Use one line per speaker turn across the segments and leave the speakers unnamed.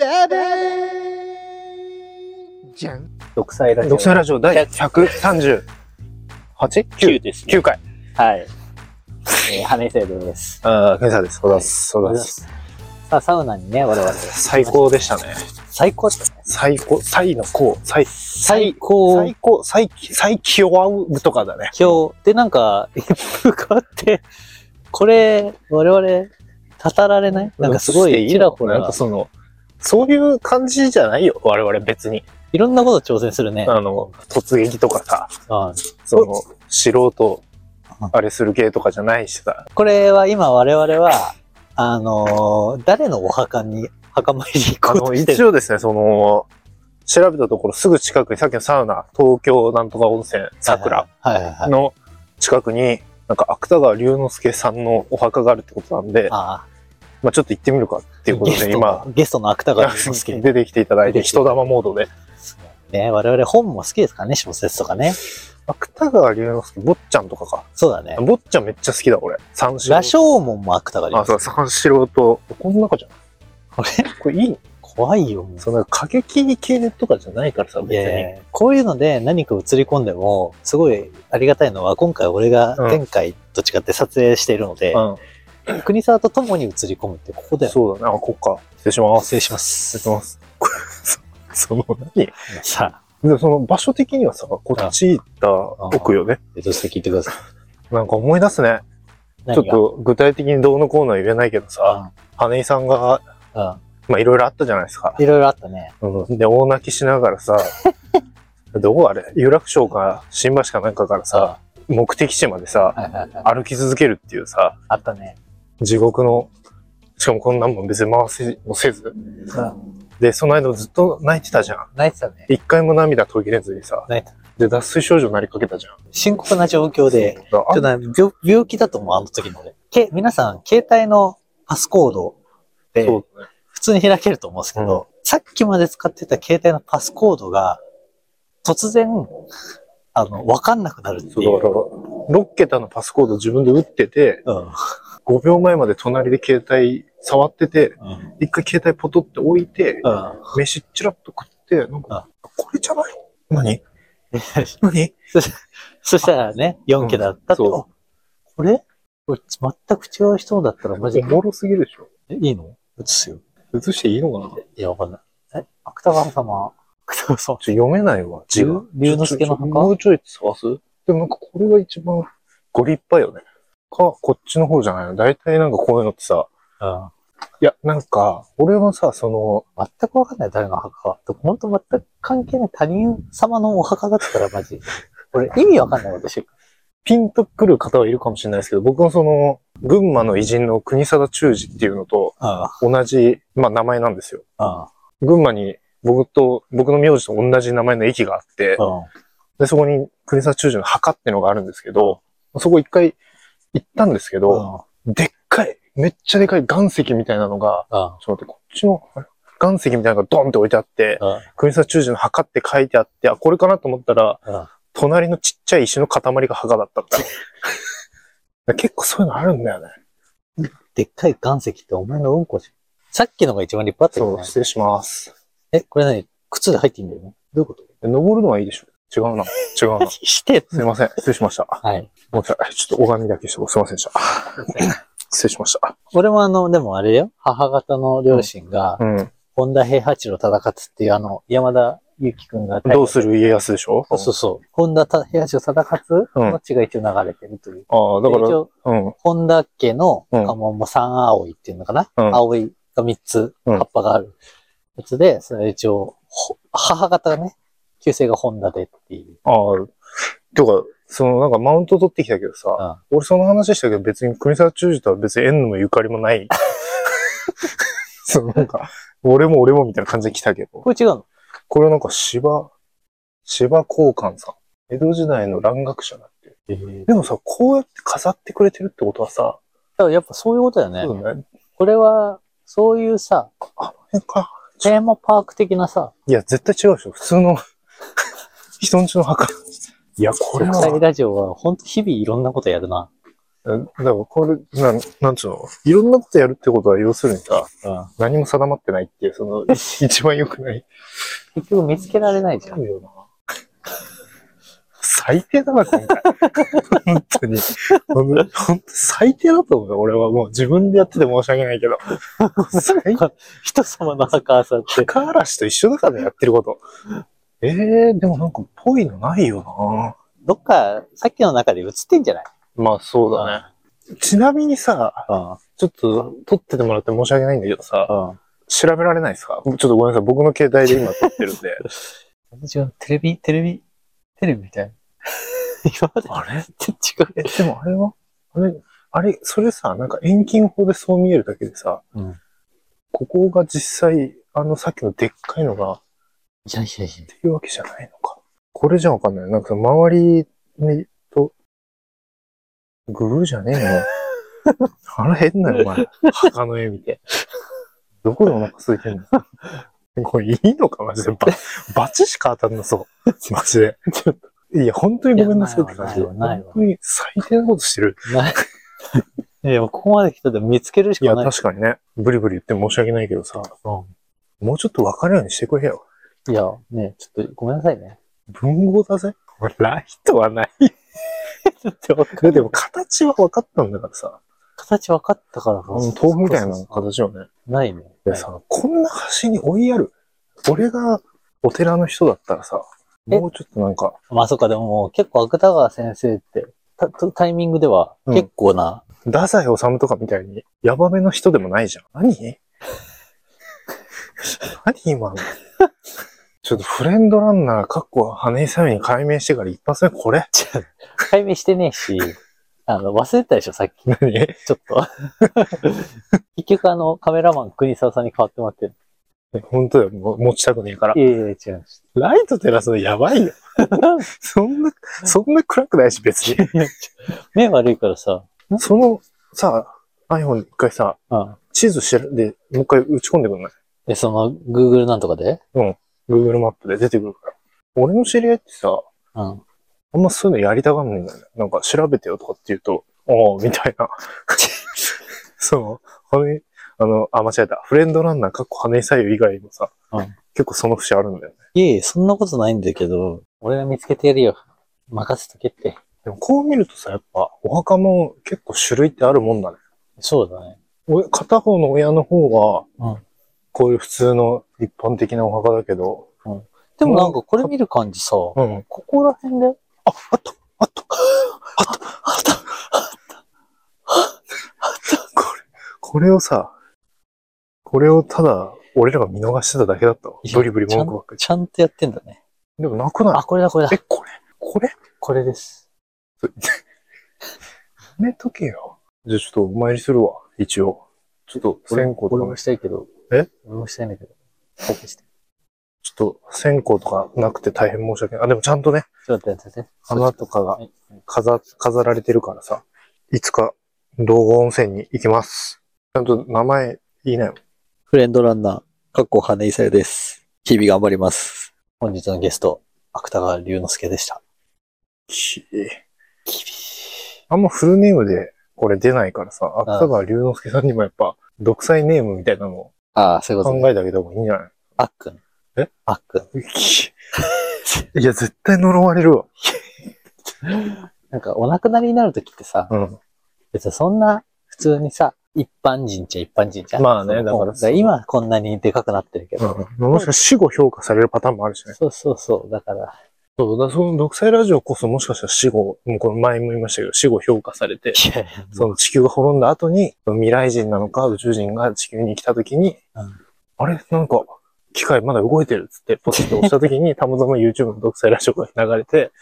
ババーじゃん。
独裁ラジオ。
独裁ラジオ第 138?9
9です、ね。
9回。
はい。えー、羽根生です。
ああ、検査です。おだす。おだす。
さあ、サウナにね、我々。
最高でしたね。
最高ですね。
最高、最の高、最、
最高。
最高、最、最気を合うとかだね。
今日、で、なんか、一風変わって、これ、我々、たたられないなんかすごい、ちらほ
なん
ら
か、その、そういう感じじゃないよ。我々別に。
いろんなこと挑戦するね。
あの、突撃とかさ、
はい
その、素人、あれする系とかじゃないしさ。
これは今、我々は、あのー誰のお墓に、墓参り行
あ
こう
の、
として
一
る。
応ですね、その、調べたところすぐ近くに、さっきのサウナ、東京なんとか温泉、桜。
はいはいはい。はいはいはい。
の近くに、なんか芥川龍之介さんのお墓があるってことなんで、
ああ。
まあちょっと行ってみるかっていうこと
ゲス
で、
ト
今、
のゲストの芥川龍之介
出てきていただいて、人玉モードで。
ね、我々本も好きですからね、小説とかね。
芥川龍之介、坊ちゃんとかか。
そうだね。
坊ちゃんめっちゃ好きだ、俺。三四郎。
羅生門も芥川龍
あ、
之
そう、三四郎と、この中じゃん。
これ
これいい
怖いよ、もう
その過激系とかじゃないからさ、別
い
に。
やいやこういうので何か映り込んでも、すごいありがたいのは、今回俺が
うん
前回と違って撮影しているので、国沢と共に映り込むってここ
う
だ
ん。
よ。
そうだね。あ、こっか。失礼します。
失礼しま
失
す。
礼します。これ そその、何
さあ、
でその場所的にはさ、こっち行った奥よね。
江戸席聞いてください。
なんか思い出すね。ちょっと具体的にどうのこうのは言えないけどさ、
何
羽井さんが、
が、
まあいろいろあったじゃないですか
うん。。いろいろあったね。
うん、で、大泣きしなが らさ、どこあれ有楽町か新橋かなんかからさ、目的地まで
は
さ、
いはいはい
歩き続けるっていうさ、
あったね。
地獄の、しかもこんなんもん別に回せもせず。で、その間ずっと泣いてたじゃん。
泣いてたね。
一回も涙途切れずにさ、
泣いてた。
で、脱水症状になりかけたじゃん。
深刻な状況で、
だから
ちょっとね病病気だと思う、あの時の俺。け皆さん、携帯のパスコード
あ
で、
そうだね。
普通に開けると思うんですけど、さっきまで使ってた携帯のパスコードが、突然、あの、わかんなくなるって
そう
い
だか
う。
ら、6桁のパスコード自分で打ってて、
うん。
5秒前まで隣で携帯触ってて、
うん。
一回携帯ポトって置いて
う、ん。
飯チラッと食って、なんか、これじゃない何何
そしたらね、4桁だったって、
うんそう
あこれこれ全く違う人だったらマジ
お
で、
もろすぎるでしょ
えいいの映すよ。
映していいのかなちょっ
いや、わかんない。え、芥川様。芥川様。
と読めないわ、字が。
龍龍之介の墓
ちょちょもうちょい探すでもなんかこれが一番ご立派よね。か、こっちの方じゃないの大体なんかこういうのってさ、
うん。
いや、なんか、俺もさ、その、
全くわかんない、誰の墓か。本当全く関係ない他人様のお墓だったらマジ。俺、意味わかんないことしてる
ピンとくる方はいるかもしれないですけど、僕もその、群馬の偉人の国貞忠治っていうのと
うん。
同じ、まあ名前なんですよ。
うん。
群馬に僕と、僕の名字と同じ名前の駅があって、
うん。
で、そこに国沢中将の墓ってのがあるんですけど、そこ一回行ったんですけど、
う
でっかい、めっちゃでかい岩石みたいなのが、
ん。うん。
ちょっと待って、こっちの、あれ岩石みたいなのがドンって置いてあって、
うん
国沢中将の墓って書いてあって、あ、これかなと思ったら、
うん
隣のちっちゃい石の塊が墓だったんだ。 結構そういうのあるんだよね。
でっかい岩石ってお前のうんこじゃん。さっきのが一番立派だった
そ
け
う、
どね。
失礼します。
え、これ何靴で入っていいんだよねどういうこと
登るのはいいでしょ違うな。違 うな。
して
すいません。失礼しました。
はい。
ごめんなさい。ちょっと拝みだけしてもすいません でした。失礼しました。
俺もあの、でもあれよ。母方の両親が、
うん。
本田平八郎忠勝っていうあの、山田裕貴くんが。
どうする家康でしょ
そうそうそう。本田た平八郎忠勝の血が一応流れてるという。
ああ、だか
で一
ら、
応、
うん。
本田家の
う
家
ん
紋も三青いっていうのかな、
うん
青いが三つ
うん
葉っぱがあるやつで、それ一応、ほ母方がね、旧姓が本田でっていう。
ああ、てか、そのなんかマウント取ってきたけどさ、俺その話したけど別に国沢忠治とは別に縁のゆかり もない。そのなんか、俺も俺もみたいな感じで来たけど、
これ違うの
これなんか芝、芝交換さん。江戸時代の蘭学者だって。でもさ、こうやって飾ってくれてるってことはさ、
だからやっぱそういうことだよね。
そうだね。
これは、そういうさ、
あの辺か。
テーマパーク的なさ、
いや、絶対違うでしょ。普通 の、人んちの墓。いや、これ
国
は、
際ラジオは本当日々いろんなことやるな。
だからこれ、なん、なんつうのいろんなことやるってことは、要するにさ、
うん。
何も定まってないっていう、その、 一番良くない。
結局見つけられないじゃん。
最低だな、今 回。本当に。ほんとほんと最低だと思うよ。俺はもう自分でやってて申し訳ないけど。最低。
人様の墓朝って。
高嵐と一緒だからねやってること。ええー、でもなんか、ぽいのないよな
どっか、さっきの中で映ってんじゃない
まあ、そう
だ
ね。ちなみにさ、
うん。
ちょっと、撮っててもらって申し訳ないんだけどさ、
うん。
調べられないですかちょっとごめんなさい。僕の携帯で今撮ってるんで。
私はテレビ、テレビ、テレビみたい。 今まで
あれ
全然違う。
え、でもあれはあれ、あれ、それさ、なんか遠近法でそう見えるだけでさ、
うん
ここが実際、あのさっきのでっかいのが、っ
いやいやいや。
ていうわけじゃないのか。これじゃわかんない。なんかその周りに、と、グーじゃねえよ。あれ変なよ、お前。墓の絵見て。どこでお腹空いてんのこれいいのか、マジで。ばバチしか当たんなそう。マジで。ちょっといや、本当にごめんなさいって感じで。
いやないわないわ
本当に最低なことしてる。
ない。いや、ここまで来たら見つけるし
い
か
や、
ない。
確かにね。ブリブリ言って申し訳ないけどさ、もうちょっと分かるようにしてくれよ。
いや、ね、ちょっとごめんなさいね。
文豪だぜ。 ライトはない。でも形は分かったんだからさ、
形分かったから
あの豆腐みたいな形よね。
ないね。
でさ、こんな橋に追いやる。俺がお寺の人だったらさ、
え
もうちょっとなんか、
まあそっか、でももう結構芥川先生って、たタイミングでは
うん
結構な、
太宰治とかみたいに、ヤバめの人でもないじゃん。 何何今の。ちょっとフレンドランナー、かっこ羽井さみに解明してから一発目これ
解明してねえ し、あの、忘れてたでしょ、さっき。
何
ちょっと。 結局あの、カメラマン国沢さんに代わってもらってる。
本当だよ、もう持ちたくねえから
い。やいや、違 う。
ライト照らすのや ばいよ。そんな、そんな暗くないし 別に。
目悪いからさ、
その、さ、iPhone 一回さ、
うん。
地図調べて、もう一回打ち込んでくんない
え、その、Google なんとかで
?Google マップで出てくるから。俺の知り合いってさ、
うん。
あんまそういうのやりたがんないんだよね。なんか調べてよとかって言うと、おーみたいな。 そう。羽根あの、あ、間違えた。フレンドランナーかっこ羽根左右以外もさ、
うん
結構その節あるんだよね。
いえいえ、そんなことないんだけど、俺が見つけてやるよ。任せとけって。
でもこう見るとさ、やっぱお墓も結構種類ってあるもんだね。
そうだね。
お片方の親の方は、
うん
こういう普通の一般的なお墓だけど、
でもなんかこれ見る感じさ、こ
うん。
こら辺で、
あ、あった、あった、
あった
これ、これをさ、これをただ、俺らが見逃してただけだったわ
い。や
ブリブリ文句ばっかり。
ちゃんとやってんだね。
でもなくない
あ、これだ、これだ。
え、これこれ
これです。
やめとけよ。じゃあちょっとお参りするわ、一応。ちょっと、線香とか
俺
も
も、したいけど。
え
俺もしたいんだけど。して
ちょっと線香とかなくて大変申し訳ない。あ、でもちゃんとね、
ちょっと待って待って。
花とかが
はい
飾、飾られてるからさ、いつか道後温泉に行きます。ちゃんと名前言いなよ。
フレンドランナー、かっこ羽井さよです。日々頑張ります。本日のゲスト、芥川龍之介でした。
きあんまフルネームでこれ出ないからさ、芥川龍之介さんにもやっぱ、独裁ネームみたいなのを
ああ、そういうこと、ね。
考えてあげた方がいいんじゃない
あっくん。
え
あっくん。
き いや、絶対呪われるわ。
なんかお亡くなりになるときってさ、
うん。
別にそんな、普通にさ、一般人っちゃ一般人じゃん。
まあね
その
だから
もう今こんなにでかくなってるけ
う
ど。
ん。もしかして死後評価されるパターンもあるしね。
そうそうそう。だから、
そう、だからその独裁ラジオこそもしかしたら死後、もうこの前も言いましたけど、死後評価されて、
いやいや
その地球が滅んだ後に、未来人なのか宇宙人が地球に来た時に、
うん
あれなんか、機械まだ動いてるっつって、ポチッと押した 時に、たまたま YouTube の独裁ラジオが流れて、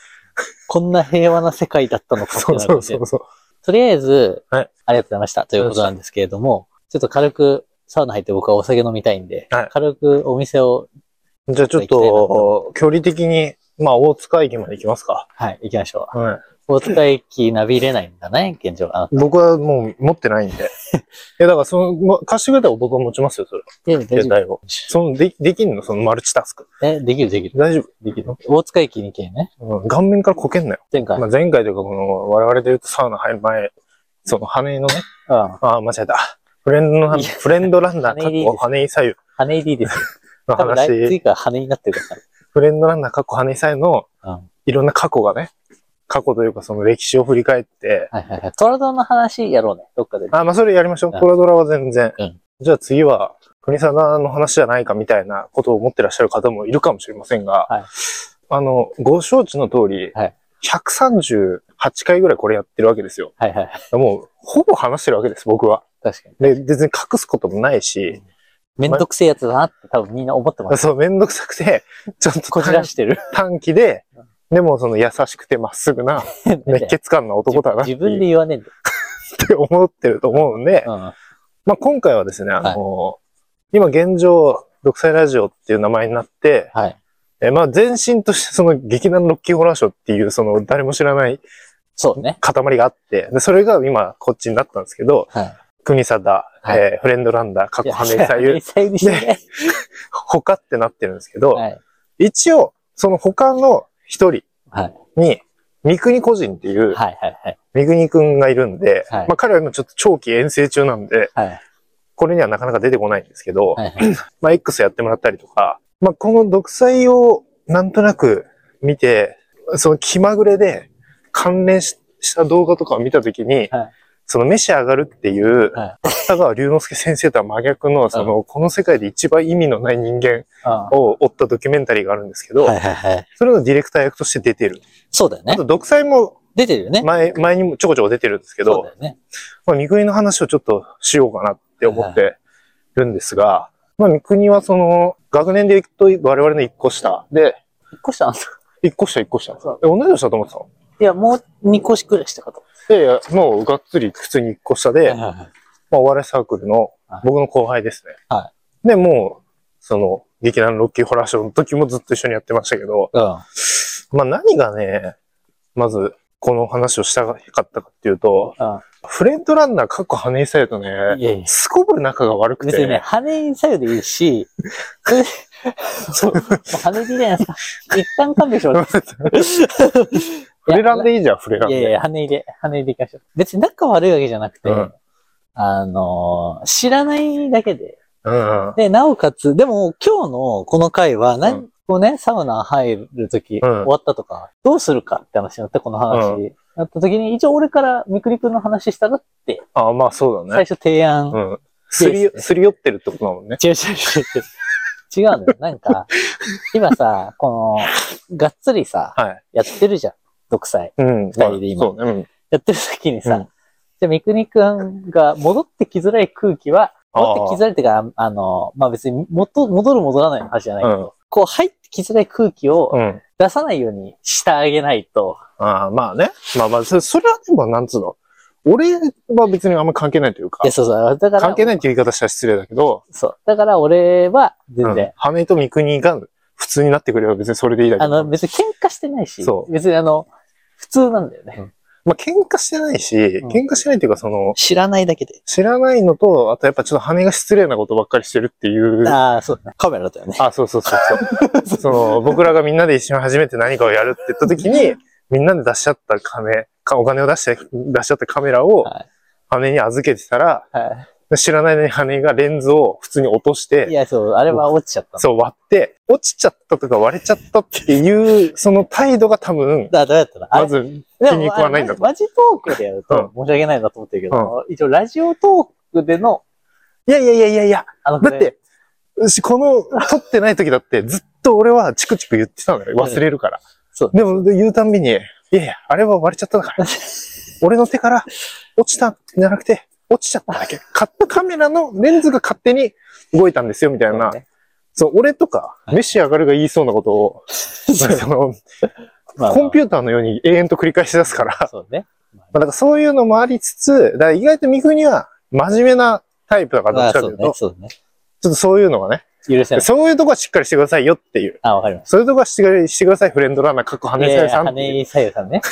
こんな平和な世界だったのかって
そ
な
う
る
そ
わけで
うそうそう。
とりあえず、
はい
ありがとうございましたということなんですけれども、ちょっと軽くサウナ入って僕はお酒飲みたいんで、
はい
軽くお店を、
じゃあちょっと、距離的に、まあ、大塚駅まで行きますか。
はい、行きましょ
は
う。大塚駅ナビ入れないんだね、現状。あ
い。僕はもう持ってないん で。いや、だからその、ま貸してくれたら僕は持ちますよ、それ。
でで
携帯を。その、で、できんのそのマルチタスク。
えできるできる。
大丈
できる。大塚駅に行けね。
夫。うん、顔面からこけんなよ。
前回。
まあ、前回というか、この、我々で言うとサウナ入る前その羽根のね、
うん。
ああ、間違えた。フレンドの
い
話、
や
フレンドランナー、
羽
かっ
根入り
こ羽根左右
羽入りですよ。
の
多分来
話、
次から羽になってるから。
フレンドランナー、かっこ羽根左右の
うん、
いろんな過去がね、過去というかその歴史を振り返って、
はいはいはい。トラドの話やろうね、どっかで。
ああ、まあそれやりましょう。
うん
コラドラは全然
うん。
じゃあ次は、国定の話じゃないかみたいなことを思ってらっしゃる方もいるかもしれませんが、
はい
あの、ご承知の通り、
はい
138回ぐらいこれやってるわけですよ。
はいはい。
もう、ほぼ話してるわけです、僕は。
確かに。
で、別に隠すこともないし、
めんどくせえやつだなって多分みんな思ってます。
そう、めんどくさくて、ちょっと
こじらして る。
短期で、でもその優しくてまっすぐな、熱血感の男だなって
自分で言わねえんだよ。
って思ってると思うんで、
うん。
まあ今回はですね、あの、今現状、独裁ラジオっていう名前になって、
はい。
えまあ前身としてその劇団ロッキーホラーショーっていうその誰も知らない
そうね。
塊があって、でそれが今こっちになったんですけど、
はい。
国定、
はい
えーフレンドランダー、過去羽根左
羽
右、
左右してね。
他ってなってるんですけど、
はい。
一応、その他の一人
はい。
に、三国個人っていう、
はいはいはい。
三国くんがいるんで、
はい
まあ彼は今ちょっと長期遠征中なんで、
はい。
これにはなかなか出てこないんですけど、
はいはい。
まあ X やってもらったりとか、まあこの独裁をなんとなく見て、その気まぐれで関連しした動画とかを見たときに、
はい
その飯上がるっていう、
はい
芥川龍之介先生とは真逆の、その、この世界で一番意味のない人間
は
を追ったドキュメンタリーがあるんですけど、
いはいはい。
それのディレクター役として出てる。
そうだよ
あ
ね。
と、独裁も
出てるよね。
前、前にもちょこちょこ出てるんですけ
そう
ど
だ、よね。
まあ、三国の話をちょっとしようかなって思ってるんですが、まあ、三国はその、学年でいくと我々の一個下で、
一個したんです
一個下一個下。え、同い年だと思って
いや、もう二個しくらいしたかと。
たのいやいや、もうがっつり普通に一個下で、まあ、お笑いサークルの
はい
僕の後輩ですね。
は
で、もう、その、劇団ロッキーホラーショーの時もずっと一緒にやってましたけど、
うん。
まあ何がね、まず、この話をしたかったかっていうと、フレンドランナーかっこ羽根されと
うん。
ね、
いやいや。
すこぶる仲が悪くて。
別にね、 羽左右でいいし、それそう、もう羽でいいじゃないですか。一旦勘弁し ろ。
フレランでいいじゃん、フレラン
いやい
で。
や、羽入れ、羽入れいきましょう。別に仲悪いわけじゃなくて、
うん
あのー知らないだけで。
うん。うん
で、なおかつ、でも今日のこの回は、
う
何こうね、サウナ入るとき、終わったとか、どうするかって話になった、この話。
う
なったときに、一応俺からみくりくんの話したらって、
あまあそうだ
最
ね。
初提案。
うん。すり、すり寄ってるってことだもんね。
違う違う違う違う。違うのよ。なんか、今さ、この、がっつりさ、
はい。
やってるじゃん。独裁。
うん。
二人で今
まあそうね。うん。
やってる時にさ、
うん
じゃあ、三国くんが戻ってきづらい空気は、
あー
戻ってきづらいっていうか、ああの、まあ、別に元、戻る戻らないの話じゃないけど、
うん
こう入ってきづらい空気を
うん。
出さないようにしてあげないと、
ああ、まあね。まあまあ、そそれはでも、なんつうの。俺は別にあんま関係ないというか
いや、、そうそう、だから、
関係ないっていう言い方したら失礼だけど、
そう、だから俺は
う
全然
ん、羽根と三国が普通になってくれば別にそれでいいだけ
あの、、
ど
別に喧嘩してないし
そ、う
別にあの、普通なんだよね。
まあ喧嘩してないし、
ん
喧嘩してないっていうか、その、
知らないだけで。
知らないのと、あとやっぱちょっと羽根が失礼なことばっかりしてるっていう。
ああ、そうだね。カメラだったよね。
あ、そうそう そうそう。その、僕らがみんなで一緒に初めて何かをやるって言った時に、みんなで出しちゃった金、かお金を出して、出しちゃったカメラを
はい、
羽に預けてたら、
は
知らない間に羽がレンズを普通に落と
い。
し
い
て、
や、そう、あれは落ちちゃったの。
そう割って、落ちちゃったとか割れちゃったっていう、その態度が多分、
だ、どうやったのあ
ま
れ
ず、
で
気に食わないんだと
マジトークでやると、申し訳ないなと思ってるけど、一応ラジオトークでの、
いやいやいやいやいや、
あの、
だって、私この、撮ってない時だってずっと俺はチクチク言ってたんだよ。忘れるから。
そう
でも言うたんびに、いやいや、あれは割れちゃった んだから。俺の手から落ちたんじゃなくて、落ちちゃっただけ。かカメラのレンズが勝手に動いたんですよ、みたいな。そう、俺とか、
い
メシ上がるが言いそうなことを、 そのコンピ
ュー
ューターのように永遠と繰り返し出すから、ま
そうね。
あ、だからそういうのもありつつ、だから意外と三国は真面目なタイプだから、どっちか
そ
というう
ね
と、、
そうね。
ちょっとそういうのがね、
許せない。
そういうとこはしっかりしてくださいよっていう。
あ、わかりまし
そういうとこはしっかりしてください、フレンドランナー、かっこ羽
た。
根さん
羽
っていう。
根さゆさん ね。ね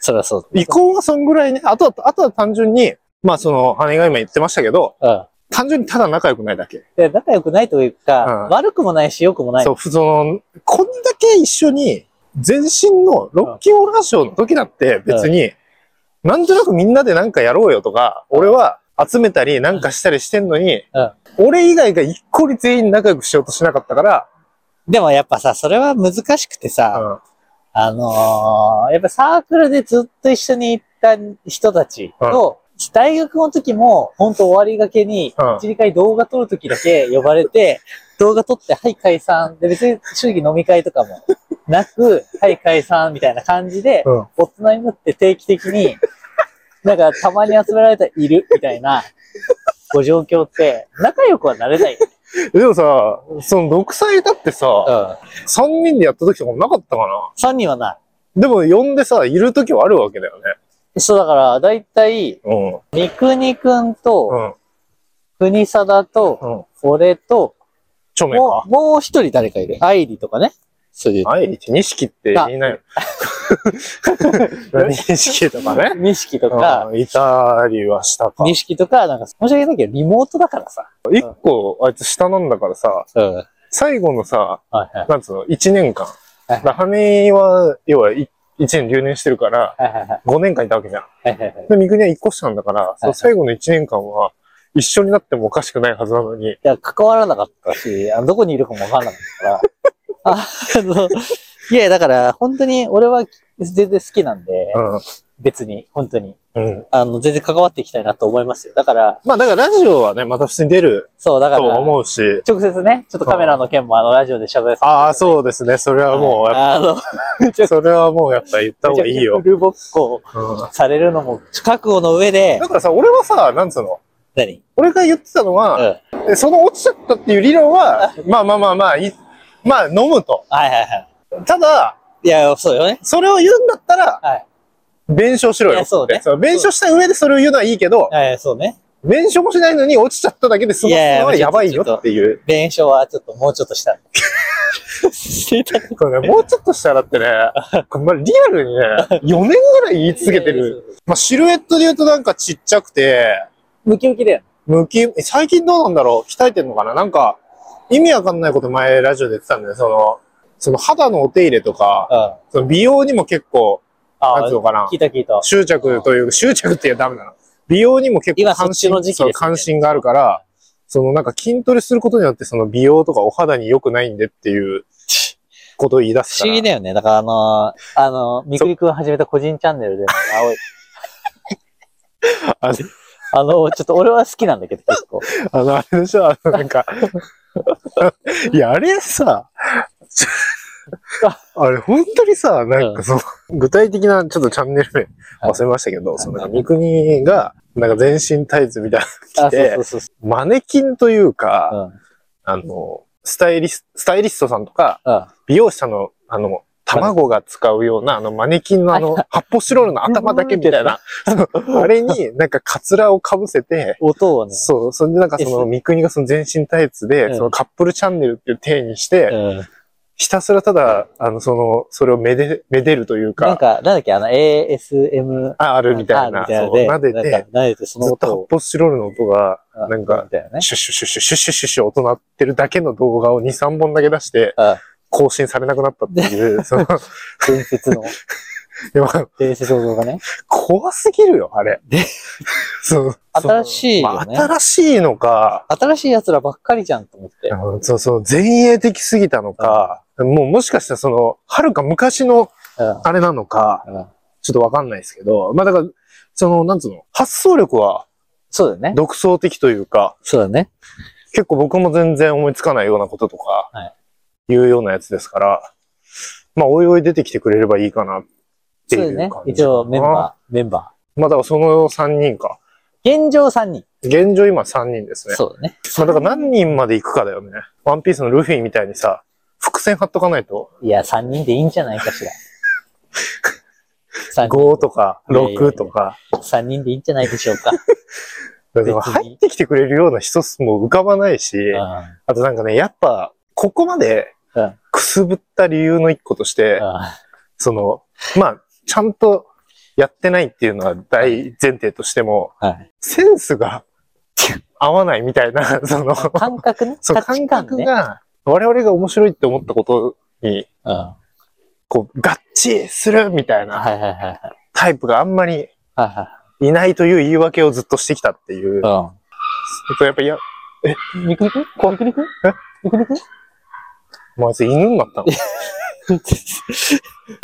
そりゃそう。
移行はそんぐらいね、あとは、あとは単純に、まあその、羽根が今言ってましたけど、
うん。
単純にただ仲良くないだけ。
で仲良くないというか、
うん
悪くもないし、良くもない。
そう、その、こんだけ一緒に、全身のロッキーオーラーショーの時だって別に、なんとなくみんなでなんかやろうよとか、
うん
俺は集めたりなんかしたりしてんのに
うん、
俺以外が一個に全員仲良くしようとしなかったから、
でもやっぱさ、それは難しくてさ、
うん
あのーやっぱサークルでずっと一緒に行った人たちと、大学の時も、本当終わりがけに、
うん
一、二回動画撮る時だけ呼ばれ て、動画撮って、はい、解散。で、別に祝儀飲み会とかもなく、はい、解散、みたいな感じで、
うん
大人になって定期的に、 なんか、たまに集められたらいる、みたいな、ご状況って、仲良くはなれないよね。
でもさ、その6歳だってさ、3人でやった時とかもなかったかな
3人はな
でも呼んでさ、いる時はあるわけだよね。
い。そうだから、だいたい、
うん。
三国くんと、
うん。
国貞と、
うん。
俺と、
著名
も
か。
う、もう一人誰かいる。愛理とかね。そういう。
愛理、錦って言いなよ。錦とかね。
錦とか、
うんいたりはしたか。
錦とか、なんか、申し訳ないけど、リモートだからさ。
一個、あいつ下なんだからさ、
うん。はい
最後のさ、
はい。
なんつうの、一年間
はい。
ラハネは、要は、い一年留年してるから、
はいはいはい
5年間いたわけじゃん。
はいはいはい。
で、三国は一個下なんだから、そ
は
の
い
最後の一年間は、一緒になってもおかしくないはずなのに、
いや、関わらなかったし、あのどこにいるかもわかんなかった から。ああの、いや、だから、本当に、俺は全然好きなんで、別に、本当に、
うん。うん。
あの、全然関わっていきたいなと思いますよ。だから、
まあ、だからラジオはね、また普通に出る
そう、だか
と
ら、
は
直
思うし、
接ね、ちょっとカメラの件もあの、ラジオで喋らせて
ああ、そうですね。それはもう、やっぱ
あの、
それはもうやっぱ言った方がいいよ
めちゃくちゃ。フルボッコされるのも覚悟の上で
だ、からさ、俺はさ、なんつうの
何
俺が言ってたの
うん。
は、
はい
でその落ちちゃったっていう理論は、まあまあまあまあ、いまあ飲むと。
はいは
ただ、
い。いや、そうよね。
それを言うんだったら、
はい
弁償しろ
い
よ
やそうね
っての弁償した上でそれを言うのはいいけど、
はい、そうね。
弁償もしないのに落ちちゃっただけで済ますのはやばいよっていう。
弁償はちょっともうちょっとした。していた
これね、もうちょっとしたらってね、 これまあリアルにね、4年ぐらい言い続けてる。。まあシルエットで言うとなんかちっちゃくて、
ムキムキだよ。
ムキ、最近どうなんだろう鍛えてんのかななんか、意味わかんないこと前ラジオで言ってたんだよね。その、その肌のお手入れとか、
うん。あ
その美容にも結構、なんつうのかな
聞いた聞いた。
執着という、執着って言うダメだな。美容にも結構
今そっ
関
ち
心
の時期です
そ
ね
う関心があるから、そのなんか筋トレすることによってその美容とかお肌に良くないんでっていうことを言い出す
不
か
思
ら。
議だよね。だからあのー、あのー、みくりくん始めた個人チャンネルでも、青い。
あの
あのー、ちょっと俺は好きなんだけど、結 構。
あの、あれでしょあの、なんか。いや、あれさ、ちょ あれ、本当にさ、なんかその、具体的な、ちょっとチャンネル名
はい
忘れましたけど、その、
はい
三国が、なんか全身タイツみたいな の
あ、
着
そうそ
て
う、そうそ
マネキンという
う。
か、
うん。
あの、スタイリス、スタイリストさんとか、
うん。
美容師さんの、あの、卵が使うような、あの、マネキンのあの、発泡スチロールの頭だけみたい な、あれになんかカツラをかぶせて、
音をね。
そう、それでなんかその、
S
三国がその全身タイツで、
うん
そのカップルチャンネルっていう体にして、
うん。
ひたすらただ、あの、その、それをめで、めでるという
なん
か、
か、なんだっけ、あの、ASM、
ああるみたい
あ
な、
みたい
そ
な
う、
で、
撫で
なん
て
か、、撫でてその
ずっ
音
と発
を。
泡スチロールの音が、なんか
みたいなね。
シュッシュッシュッシュッシュッシュッシュッ音鳴ってるだけの動画を2、3本だけ出して
うん、
更新されなくなったっていう、その、
伝説の、
でも
伝説の動画ね。
怖すぎるよ、あれ。
で
そう、
新しい
ま
よ
あ
ね。
新しいのか、
新しい奴らばっかりじゃんと思って。
うんそうそう、前衛的すぎたのか、もうもしかしたらその、はるか昔の
うん
あれなのか、
うん
ちょっとわかんないですけど、まあだから、その、なんつうの、発想力は
そうだよね。
独創的というか、
そうだね。
結構僕も全然思いつかないようなこととか
は、
いうようなやつですから、まあ、おいおい出てきてくれればいいかなって
そうだ
い
よ
う
ね
感。じ
一応メン
ま
バー、メンバ
あ、だからその3人か。
ー。現状3人。
現状今3人ですね。
そうだね。
まあ、だから何人まで行くかだよね。ワンピースのルフィみたいにさ、伏線貼っとかないと、
いや、3人でいいんじゃないかしら。三人
5とか
いやいやいや
6とか、
3人でいいんじゃないでしょう か。
だから
別に
入ってきてくれるような人も浮かばないし、
うん
あとなんかね、やっぱ、ここまで
うん
くすぶった理由の一個として、
う
その、まあ、ちゃんとやってないっていうのは大前提としても、
んはい
センスが合わないみたいな、 その、
感覚ね。
そう
価
感
値観
覚
ね。
が、我々が面白いって思ったことに、
うんは
こう、合致するみたい
い
な
はいはいはい。
タイプがあんまり
はいはい
ないという言い訳をずっとしてきたっていう。
いは
とやっぱりや、
い。うん。肉肉
こ
肉肉
え
肉肉
まあいつ犬になったの。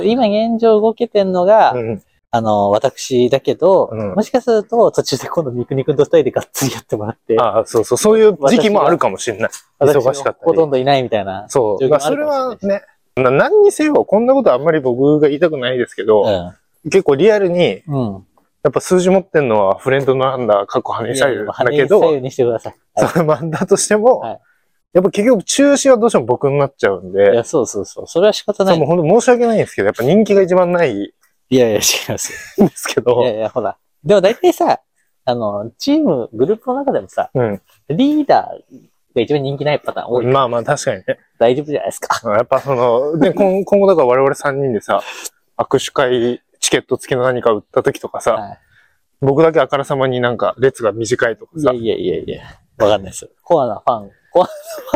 今現状動けてんのが、
うん。
あの、私だけど、
うん
もしかすると途中で今度肉肉と二人でがっつりやってもらって、
ああ、そうそう、そういう時期もあるかもしれない。
私も
忙しかった
ほと
り。
んどいないみたいな。
そう。
状況
まあ
もあ
そ
る
れ
かもしれな
はいね、な何にせよ、こんなことあんまり僕が言いたくないですけど、
う
結構リアルに、
ん。うん。
やっぱ数字持ってんのはフレンドなんだ、過去ハネ左右だけ
左
ど、
右にしてください。はい
それマンだとしても、
はい
やっぱ結局中止はどうしても僕になっちゃうん
い
で、
や、そうそうそう。それは仕方
そ
な
れもう
い。
本当申し訳ないんですけど、やっぱ人気が一番ないんで
いやいや、違いますよ。
すけ
いや
ど、
いや、ほら。でも大体さ、あの、チーム、グループの中でもさ、
うん。
リーダーが一番人気ないパターン多い。
まあまあ確かにね。
大丈夫じゃないですか。
やっぱその、で、今今後だから我々3人でさ、握手会、チケット付きの何か売った時とかさ、
は
僕だけあからさまになんか列が短いとか
い、い
さ
や、いやいやいや、わかんないですよ。コアなファン、コア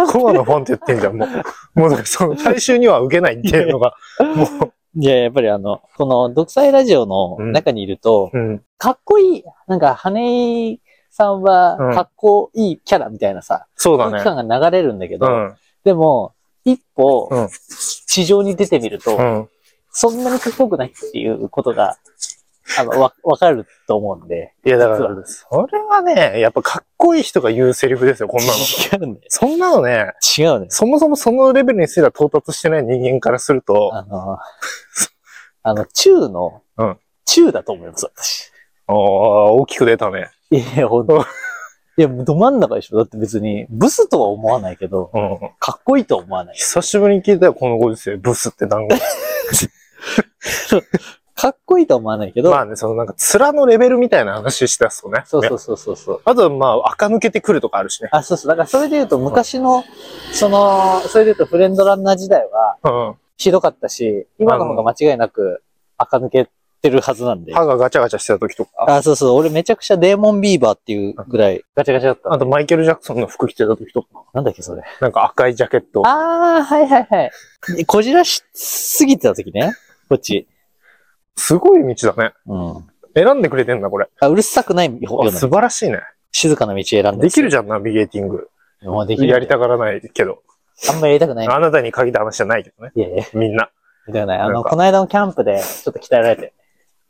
コアのファンって言ってんじゃん、もう。もうだからその大衆には受けないっていうのが、も
いや、やっぱりあの、この、独裁ラジオの中にいると、
う、うん。
かっこいい、なんか、羽井さんは、
うん
かっこいいキャラみたいなさ、
そうだ
空気
ね。
感が流れるんだけ
う
ど、
ん。
でも、一歩、
うん
地上に出てみると、
うん。
そんなにかっこよくないっていうことが、あの、わ、わかると思うんで。
いや、だか
実
ら
は、
それはね、やっぱかっこいい人が言うセリフですよ、こんな の。
違うんだよ。
そんなのね、
違うんだよ。
そもそもそのレベルにすら到達してない人間からすると、
あの、 あの、中の、
うん
中だと思います、私。
ああ、大きく出たね。
いや、ほん
うん
と。いや、ど真ん中でしょ。だって別に、ブスとは思わないけど、
うん。
かっこいいとは思わない。
久しぶりに聞いたよ、このご時世、ブスって単語。
かっこいいとは思わないけど、
まあね、そのなんか、面のレベルみたいな話しだすとね。
そうそ
ね
うそうそうそう。
あとはまあ、垢抜けてくるとかあるしね。
あ、そうそう。だからそれで言うと、昔の、その、それで言うとフレンドランナー時代は、
うん。
ひどかったし、今の方が間違いなく、垢抜けてるはずなんで。
歯がガチャガチャしてた時とか。
あ、そうそう。俺めちゃくちゃデーモンビーバーっていうぐらいガチャガチャだった。
あと、マイケル・ジャクソンの服着てた時とか。
なんだっけ、それ。
なんか赤いジャケット。
あー、はいはいはい。こじらしすぎてた時ね。こっち。
すごい道だね。
うん。
選んでくれてんだ、これ。
あ、うるさくないよ
あ
うな
素晴らしいね。
静かな道選んで。
できるじゃん、ナビゲーティング。
もうできる。
やりたがらないけど。
あんまやりたくない。
あなたに限った話じゃないけどね。
いやいや、や
みんな。
りたくない。あ
なん
の、
か
この間のキャンプでちょっと鍛えられて。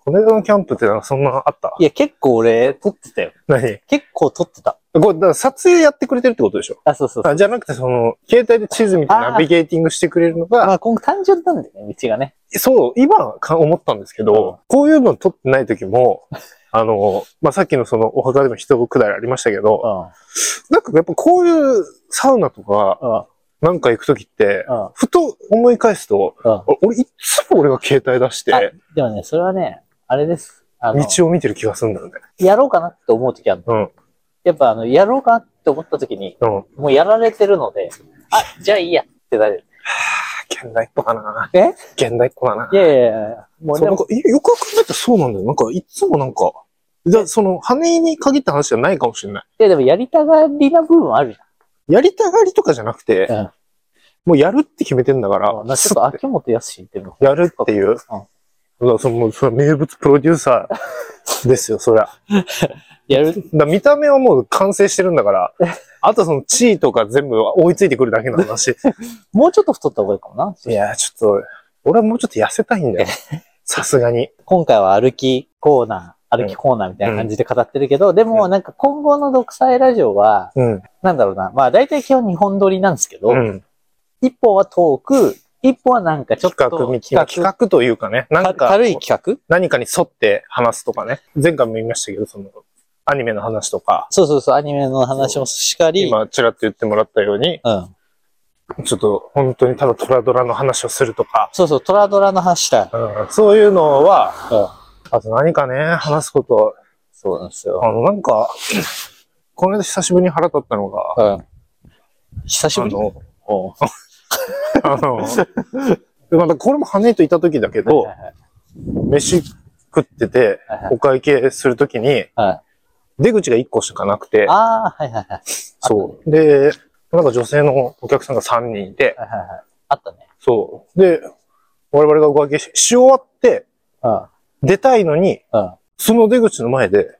この間のキャンプってなんかそんなのあった
いや、結構俺、撮ってたよ。
何
結構撮ってた。
これ、だから撮影やってくれてるってことでしょ
あ、そうそうそう。
あじゃなくて、その、携帯で地図見てナビゲーティングしてくれるの
ま
が、
あ、今後単純なんだよね、道がね。
そう、今か思ったんですけど、こういうの撮ってない時も、 あの、まあ、さっきのそのお墓での人くだりありましたけ
う
ど、
ん。
なんかやっぱこういうサウナとか
うん。
なんか行く時って、
うん。
ふと思い返すと、
うん。
あ俺いつも俺が携帯出して
あ、でもね、それはね、あれです。あの、
道を見てる気がするんだよね。
やろうかなって思うときあるの。
うん。
やっぱあの、やろうかなって思ったときに、
うん。
もうやられてるので、あ、じゃあいいやってなる。
現代っ子かな。
え
現代っ子だな。
いやいやいや、もう
そう
で
なん
も、
かいよく考えたらそうなんだよ。なんか、いつもなんか、だその、羽に限った話じゃないかもしれない
やでもやりたがりな部分あるじ
い。やりたがりとかじゃなくて、
うん
もうやるって決めてんだか、
ゃん。なんからちょっと秋元康っていうの。
やるっていう。だからその、もうそれは名物プロデューサ ーですよ、そりゃ。だか
やる
ら見た目はもう完成してるんだから、あとその地位とか全部追いついてくるだけの話。
もうちょっと太った方がいいかもな。
いや、ちょっと、俺はもうちょっと痩せたいんだよ。 さすがに。
今回は歩きコーナー、歩きコーナーみたいな感じで語ってるけど、でもなんか今後の独裁ラジオは、
うん。
なんだろうな、まあ大体基本日本撮りなんですけど、
うん。
一本はトーク、一本はなんかちょっと
企画み、まあ企画というかね、なんか、
軽い企画
何かに沿って話すとかね。前回も言いましたけど、その、アニメの話とか、
そうそうそう、アニメの話もしかり、
今、ちらっと言ってもらったように、
うん。
ちょっと、本当にただトラドラの話をするとか、
そうそう、トラドラの話だ。
うん、そういうのは、
うん。
あと何かね、話すこと、
そうなんです
あ
よ。
の、なんか、この間久しぶりに腹立ったのが、
うん。久しぶり
あの、
おう
あの、 またこれも羽といた時だけど
は、いはい
飯食ってて
はいは、い
お会計するときに、
はい
出口が1個しかなくて、
ああ、はいはいはい。
そう。で、なんか女性のお客さんが3人いて、
はいはいはい。あったね。
そう。で、我々がお会計しし終わって、
うん。
出たいのに、
うん。
その出口の前で、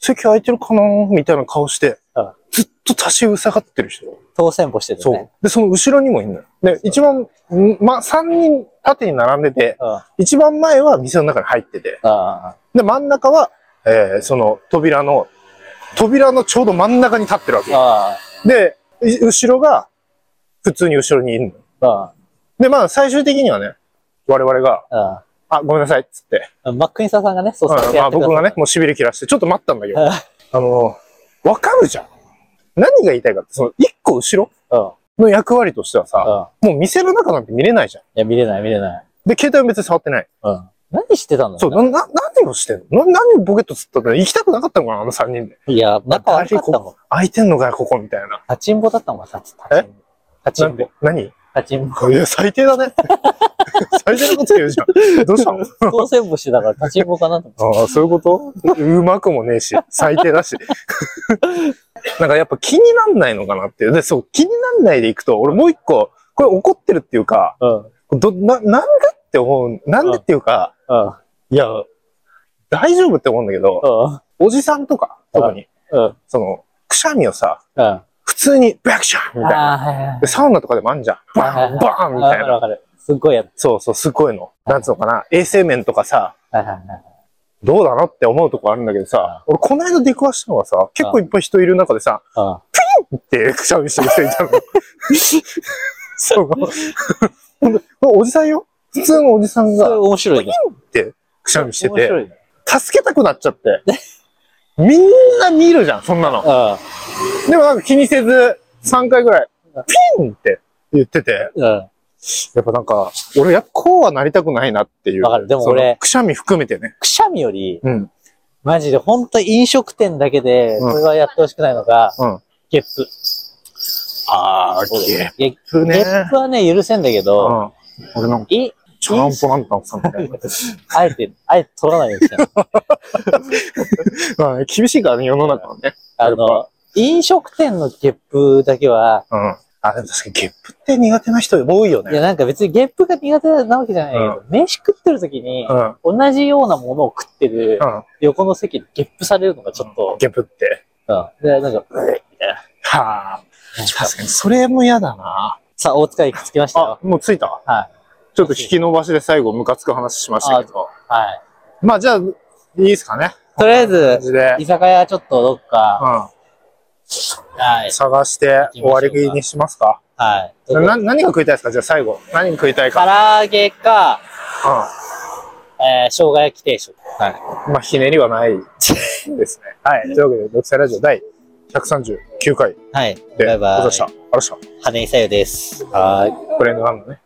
席空いてるかなみたいな顔して
うん、
ずっと立ちうさがってる人。
当選歩してて
そ
ね
う。。で、その後ろにもいんのよ。で、一番、んま、三人縦に並んでて、
うん。あ
一番前は店の中に入ってて、
あ。
で、真ん中は、えーその扉の、扉のちょうど真ん中に立ってるわけ。
あ
で、い後ろが、普通に後ろにいるの。
あ。あ
で、まあ、最終的にはね、我々が、
あ。
あ、ごめんなさい、っつって。、
うん。マックインサーさんがね、そううそうん
まあ、僕がね、。もう痺れ切らして、ちょっと待ったんだけど、
うん
あの、わかるじゃん。何が言いたいかって、その、一個後
うん。うん。
ろの役割としてはさ、もう店の中なんて見れないじゃん。
いや、見れない、見れない。
で、携帯も別に触ってない。
うん。何してたんだ
そう、な、な、何をしてんのな何ポケットつったって行きたくなかったのかな、あの3人で。
いや、仲悪かったもん。
空いてんのかよ、ここ、みたいな。
立ちんぼだったもん、立ち
え
立ちんぼ。
何
立ちんぼ。
いや、最低 だね。最低なこと言うじゃん。どうしたの
当選歩してたから立ちんぼかなと思っ
ああ、そういうことうまくもねえし、最低だし。 なんかやっぱ気になんないのかなっていう。で、そう、気になんないでいくと、俺もう一個、これ怒ってるっていうか、
て。
ど、な、なんでって思う、なんでって いうか、
うん。うん。
いや、大丈夫って思うんだけど、
うん。
おじさんとか、特に、
うん。
その、くしゃみをさ、
うん。あ
普通に、バクシャンみたいな。
あー、はいはいはい
で、サウナとかでもあんじゃん。バ
はいはい
ーン、バーンみ
あわ
た
かる
い
わ
な。
かる。すっごいやつ。
そうそう、すごいの。なんつうのかな、衛生面とかさ、
はいはいはい。
どうだなって思うとこあるんだけどさ、俺この間出くわしたのはさ、結構いっぱい人いる中でさ、
うん。
ってくしゃみしてる人いたの。 そう。ほんとおじさんよ。普通のおじさん
それ
が
面白いね。
くしゃみして
面白
て、
いね。
助けたくなっちゃって。みんな見るじゃん、そんなの。でもなんか気にせず、3回ぐらい、ピンって言ってて、
うん。うん。
やっぱなんか、俺やっぱこうはなりたくないなっていう。
わかるでも俺
そのくしゃみ含めてね。
くしゃみより、
うん。
マジで本当飲食店だけで、
うん
これはやってほしくないのが、
うん
ゲップ。
あー、
そうだ
ゲ
よゲ
ップ
ゲッ
ね
プ。はね、許せんだけ
う
ど、
ん。俺なんか、
い、
チャランポランタンさんみたいな。
あえて、あえて取らないようにしてる
まあね、 厳しいからね、世の中はね。
あ
やっぱ
の、飲食店のゲップだけは、
うん。あ、でも確かにゲップって苦手な人多いよ
いや、
ね。
なんか別にゲップが苦手なわけじゃないけど、飯食ってる時に
う、ん。うん。
同じようなものを食ってる横の席でゲップされるのがちょっと、
ゲップって。
うん。で、なんか、うえみたいな。
はあ。確かに、それも嫌だな。
さあ、大塚駅着きました
あ
よ、。
もう着いた。
は
ちょっと引き伸ばしで最後、ムカつく話しましたけど。
い。はい。
まあ、じゃあ、いいですかね。
とりあえず
感、じで。
居酒屋ちょっとどっか、
う
はい
ん。。探して終わりにしますか。
はい。
な、何が食いたいですかじゃあ最後。何食いたい
唐
か。
揚げか、えー、生姜焼き定食。
うん。まあ、ひねりはないですね。はい。というわけで、独裁ラジオ第139回
はい。
で、
バイバイ
ありがとうございました。ありがとうございまし
羽根さゆです。はい。
た。これのなんだね。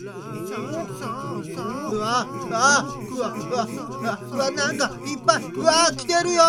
うわあうわうわうわうわなんかいっぱいうわ来てるよ